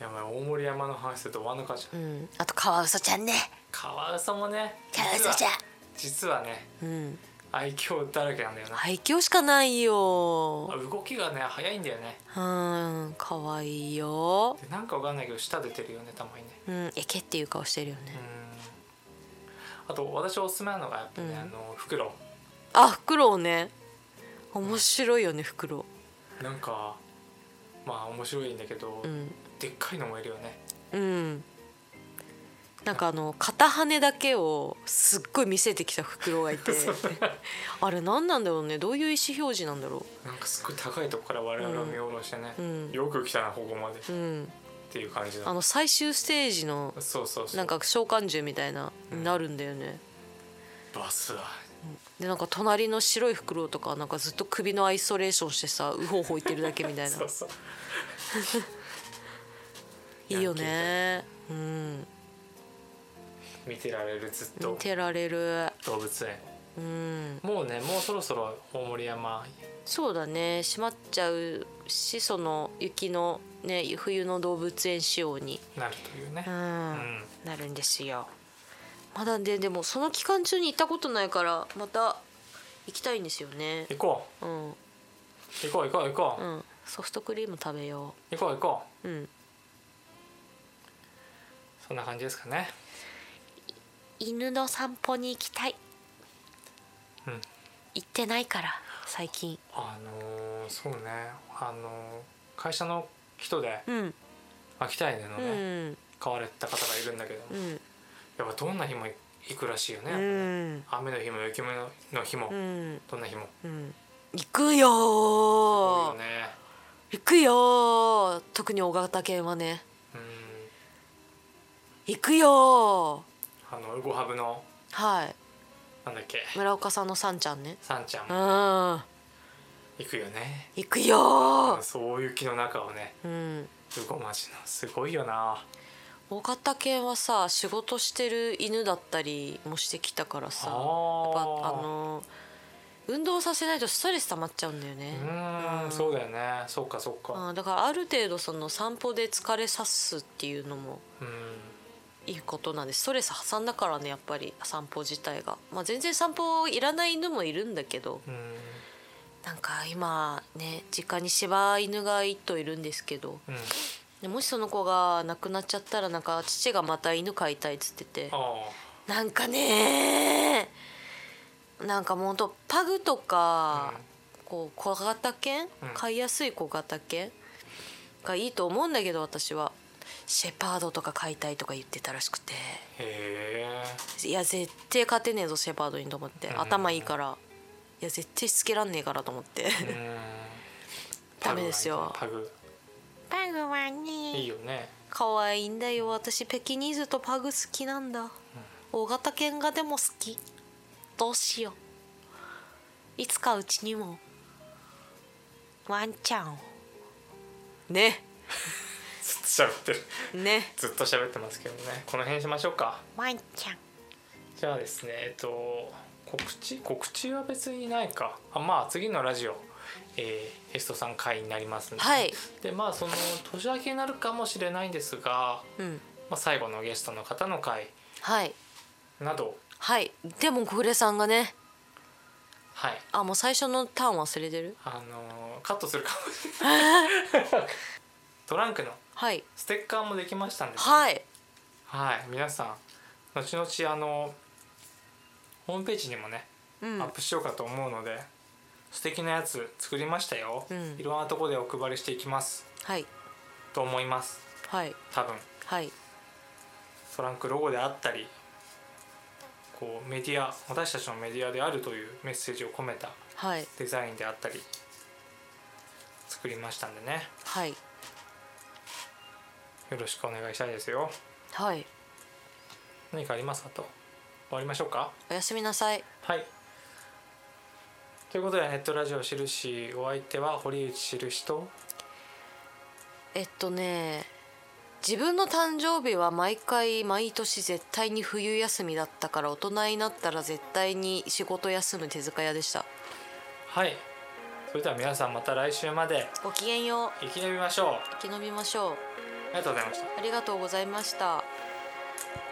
やばい大森山の話すると終わんのかじゃん
うんあとカワウソちゃんね
カワウソもね
カワウソちゃん
実はね
うん
愛嬌だらけなんだよな
愛嬌しかないよ
動きがね早いんだよね
うん可愛いよ
でなんかわかんないけど舌出てるよねたまにね
うんえけっていう顔してるよ
うん
ね
あと私おすすめなのがやっぱね、
うん
あのフクロ
あフクロウね面白いよねフクロ
ウなんかまあ面白いんだけど、
ウうん
でっかいのもいるよね
うんなんかあの片羽だけをすっごい見せてきたフクロウがい てあれ何なんだろうねどういう意思表示なんだろ
なんかすごい高いとこから我々を見下ろしてね、
ううん
よく来たなここまでっ
うん
ていう感じ
あ
の
の最終ステージの
そうそうそう
なんか召喚獣みたいな
うん
になるんだよね、
バスだ
でなんか隣の白いフクロウとかはなんかずっと首のアイソレーションしてさうほうほいてるだけみたい な
そうそう
いいよねうん
見てられるずっ
見
と
てられる
動物園
うん
もうねもうそろそろ大森山
そうだね閉まっちゃうしその雪のね冬の動物園仕様に
になるというね
うん、
うん
なるんですよまだででもその期間中に行ったことないからまた行きたいんですよね
行こ
うん
う行こう行こう行こ
う
う、
んソフトクリーム食べよ
行こう行こう
ううん
そんな感じですかね
犬の散歩に行きたい
うん
行ってないから最近
あのーそうねあのー会社の人で
うん
秋田犬の
う
ね、
ん
飼われた方がいるんだけど、
うん
やっぱどんな日も行くらしいよね、
うん
雨の日も雪の日も、
うん
どんな日も
うん行くよ
多い
ー
よね
行くよー特に大型犬はね
うん
行くよー
あのゴハブの
はい
なんだっけ
村岡さんのさんちゃんね
さんちゃん
うん
も
行
行くよね、
くよ
そういう雪の中をね
ーうん
うごまじのすごいよな
大型犬はさ仕事してる犬だったりもしてきたからさ
あ
やっぱあ
ー
のー運動させないとストレス溜まっちゃうんだよね
うーんそうだよねそっかそっか
あーだからある程度その散歩で疲れさすっていうのも
うん
いいことなんですストレス発散だからねやっぱり散歩自体が、まあ、全然散歩いらない犬もいるんだけど
うん
なんか今ね実家に柴犬が一頭いるんですけど
うん
でもしその子が亡くなっちゃったらなんか父がまた犬飼いたいっつってて
あ
なんかねなんかもうほんとパグとか、こう小型
う
犬、
ん
飼いやすい小型犬がいいと思うんだけど私はシェパードとか飼いたいとか言ってたらしくて
ーへ
いや絶対勝てねえぞシェパードにと思って
うん
頭いいからいや絶対しつけらんねえからと思って
えうん
ダメですよ
パグ
パグはい
い
ね
よね
可愛いんだよ私ペキニーズとパグ好きなんだ大型犬がでも好きどうしよういつかうちにもワンちゃんをね
ずっと喋ってる
ね
ずっと喋ってますけどねこの辺にしましょうか
ワンちゃん
じゃあですねえっと告知告知は別にないかあまあ次のラジオえー、ゲストさん会になりますんで、
はい
でまあその年明けになるかもしれないんですが、
うん
まあ、最後のゲストの方の会
はい
など
はいでも小暮さんがね
はい
あもう最初のターン忘れてる
あのーカットするかもしれないトランクの
はい
ステッカーもできましたんですね、
はい
はい、皆さん後々あのホームページにもね、
うん
アップしようかと思うので素敵なやつ作りましたよ、
うん
いろんなとこでお配りしていきます
はい
と思います
はい
多分
はい
トランクロゴであったりこうメディア私たちのメディアであるというメッセージを込めた
はい
デザインであったり作りましたんでね
はい
よろしくお願いしたいですよ
はい
何かありますかと終わりましょうか
おやすみなさい
はい。ということで、ネットラジオしるし、お相手は堀内しるしと。
えっとね自分の誕生日は毎回毎年絶対に冬休みだったから大人になったら絶対に仕事休む手塚屋でした
はい。それでは皆さんまた来週まで
ごきげんよ
生き延びましょう。
う生き延びましょう
ありがとうございました。
ありがとうございました